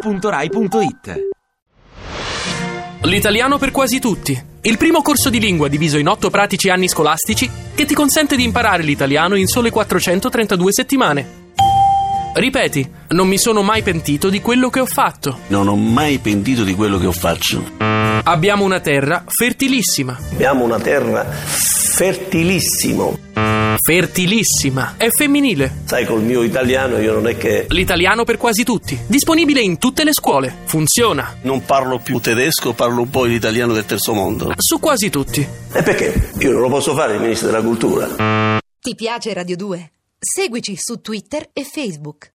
radio2pod.rai.it L'italiano per quasi tutti. Il primo corso di lingua diviso in otto pratici anni scolastici che ti consente di imparare l'italiano in sole 432 settimane. Ripeti, non mi sono mai pentito di quello che ho fatto. Non ho mai pentito di quello che ho fatto. Abbiamo una terra fertilissima. Abbiamo una terra fertilissimo. Fertilissima. È femminile. Sai, col mio italiano io non è che L'italiano per quasi tutti. Disponibile in tutte le scuole. Funziona. Non parlo più tedesco, parlo un po' l'italiano del terzo mondo. Su quasi tutti. E perché? Io non lo posso fare il ministro della cultura. Ti piace Radio 2? Seguici su Twitter e Facebook.